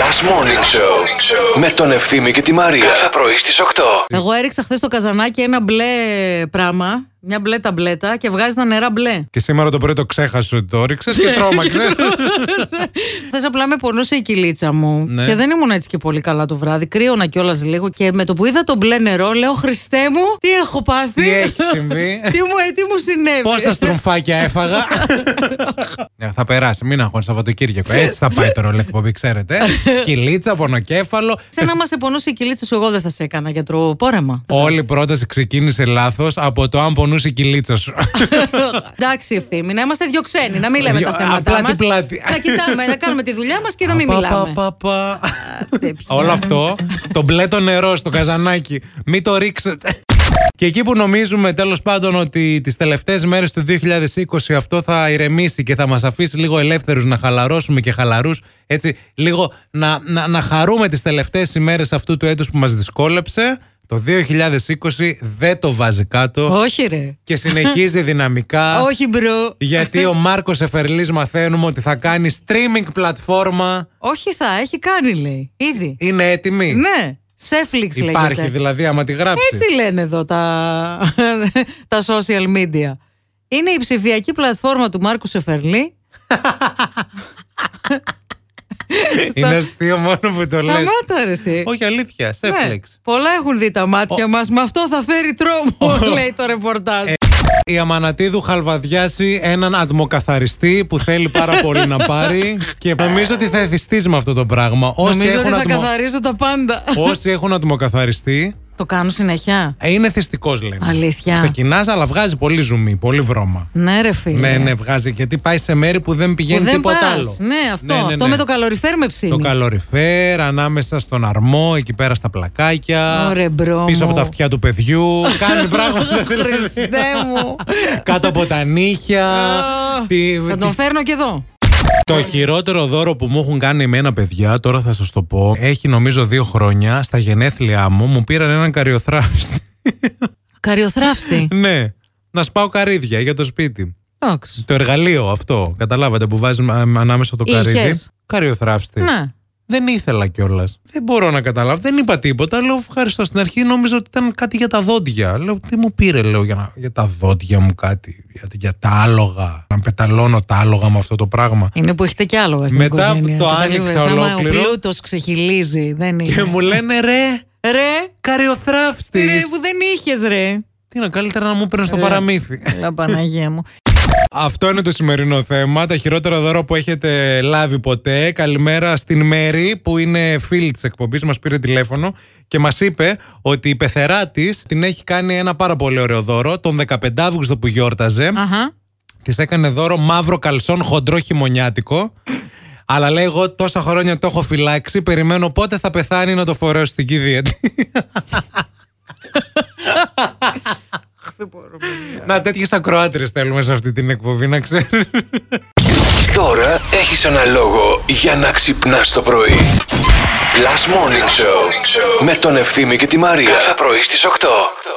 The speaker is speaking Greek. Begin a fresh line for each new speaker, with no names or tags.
Last Morning Show με τον Ευθύμη και τη Μαρία. Κάθε πρωί στις 8.
Εγώ έριξα χθες στο καζανάκι ένα μπλε πράγμα, μια μπλε ταμπλέτα και βγάζει τα νερά μπλε.
Και σήμερα το πρωί το ξέχασες ότι το ρίξε
Ναι,
και Ε, τρόμαξε.
Χθε απλά με πονούσε η κυλίτσα μου
Ναι.
και δεν ήμουν έτσι και πολύ καλά το βράδυ. Κρύωνα κιόλας λίγο και με το που είδα το μπλε νερό, λέω Χριστέ μου, τι έχω πάθει.
Τι έχει συμβεί?
τι, μου, ε, τι μου συνέβη.
Πόσα στρομφάκια έφαγα. Ε, θα περάσει, μην αγχώνει Σαββατοκύριακο. Έτσι θα πάει το ρολέ εκπομπή, ξέρετε. Κυλίτσα, πονοκέφαλο.
Σαν να μας επονούσε η κυλίτσα σου, εγώ δεν θα σε έκανα γιατρό πόρεμα.
Όλη η πρόταση ξεκίνησε λάθος από το αν πονούσε η κυλίτσα σου.
Εντάξει, ευθύμη, να είμαστε δυο ξένοι, να μην λέμε
Δυο-
τα θέματα.
απλά
μας.
την πλάτη.
Να κοιτάμε, να κάνουμε τη δουλειά μας και να μην
Πα,
μιλάμε.
πα, πα, πα.
τε, πια.
Όλο αυτό, το μπλε το νερό στο καζανάκι, μην το ρίξετε. Και εκεί που νομίζουμε τέλος πάντων ότι τις τελευταίες μέρες του 2020 αυτό θα ηρεμήσει και θα μας αφήσει λίγο ελεύθερους να χαλαρώσουμε και χαλαρούς, έτσι λίγο να, να, να χαρούμε τις τελευταίες ημέρες αυτού του έτους που μας δυσκόλεψε, το 2020 δεν το βάζει κάτω
Όχι, ρε.
και συνεχίζει δυναμικά.
Όχι, μπρο.
Γιατί ο Μάρκος Εφερλής μαθαίνουμε ότι θα κάνει streaming πλατφόρμα.
Όχι θα, έχει κάνει λέει. Ήδη.
Είναι έτοιμη.
Ναι. Σέφλιξ λέγεται.
Υπάρχει δηλαδή, άμα τη γράψει.
Έτσι λένε εδώ τα, τα social media. Είναι η ψηφιακή πλατφόρμα του Μάρκου Σεφερλή.
Είναι αστείο μόνο που το λες.
Σταμάτα ρε εσύ.
Όχι, αλήθεια. Σε
Ναι.
flex.
Πολλά έχουν δει τα μάτια μας, με αυτό θα φέρει τρόμο, λέει το
Ε,
ρεπορτάζ. Ε,
Η Αμανατίδου χαλβαδιάσει έναν ατμοκαθαριστή που θέλει πάρα πολύ να πάρει. Και νομίζω ότι θα εθιστείς με αυτό το πράγμα. Όσοι
Νομίζω ότι
έχουν,
θα
ατμο...
καθαρίζω τα πάντα.
Όσοι έχουν ατμοκαθαριστή,
Το κάνω συνεχιά.
ε, είναι θυστικός λένε.
Αλήθεια.
Ξεκινάς, αλλά βγάζει πολύ ζουμί, πολύ βρώμα.
Ναι, ρε φίλε.
Ναι, ναι, βγάζει. Γιατί πάει σε μέρη που δεν
Που
πηγαίνει
δεν
τίποτα
πας.
άλλο.
Ναι, αυτό, αυτό με το καλοριφέρ με ψήνει.
Το καλοριφέρ, ανάμεσα στον αρμό, εκεί πέρα στα πλακάκια.
Ωρε, μπρο
πίσω από
μου.
τα αυτιά του παιδιού. Κάνει πράγματα. δηλαδή.
Χριστέ μου.
Κάτω από τα νύχια. τη-
Θα τον
τη-
φέρνω και εδώ.
το χειρότερο δώρο που μου έχουν κάνει εμένα, παιδιά, τώρα θα σας το πω. Έχει νομίζω δύο χρόνια στα γενέθλιά μου μου πήραν έναν καριοθράστη.
Καριοθράφστη.
ναι, να σπάω καρύδια για το σπίτι.
Εντάξει.
Το εργαλείο αυτό, καταλάβατε, που βάζει α, ανάμεσα το
Είχες.
καρύδι. Καριοθράστη.
Ναι.
Δεν ήθελα κιόλας. Δεν μπορώ να καταλάβω. Δεν είπα τίποτα. Λέω ευχαριστώ. Στην αρχή νόμιζα ότι ήταν κάτι για τα δόντια. Λέω τι μου πήρε, λέω για, να... για τα δόντια μου κάτι. Για, για τα άλογα. Να πεταλώνω τα άλογα με αυτό το πράγμα.
Είναι που έχετε κι άλογα στην
Μετά που
οικογένεια.
το
καταλάβες,
άνοιξα
άμα
ολόκληρο.
Ο πλούτος ξεχυλίζει. Δεν
Και
είναι.
μου λένε ρε,
Ρε,
καριοθράφτης.
ρε που δεν είχες, ρε.
Τι να καλύτερα να μου παίρνει στο
Ρε.
παραμύθι.
Έλα, Παναγία μου.
Αυτό είναι το σημερινό θέμα. Τα χειρότερα δώρα που έχετε λάβει ποτέ. Καλημέρα στην Μέρη, που είναι φίλη της εκπομπής, μας πήρε τηλέφωνο και μας είπε ότι η πεθερά της την έχει κάνει ένα πάρα πολύ ωραίο δώρο. Τον 15 Αύγουστο που γιόρταζε,
Αχα.
της έκανε δώρο μαύρο καλσόν χοντρό χειμωνιάτικο. Αλλά λέει, εγώ τόσα χρόνια το έχω φυλάξει. Περιμένω πότε θα πεθάνει να το φορέω στην κηδεία της. να τέτοιες ακροάτριες θέλουμε σε αυτή την εκπομπή, να ξέρεις.
Τώρα έχεις ένα λόγο για να ξυπνάς το πρωί. Last Morning Show με τον Ευθύμη και τη Μαρία. Κάθε πρωί στις 8.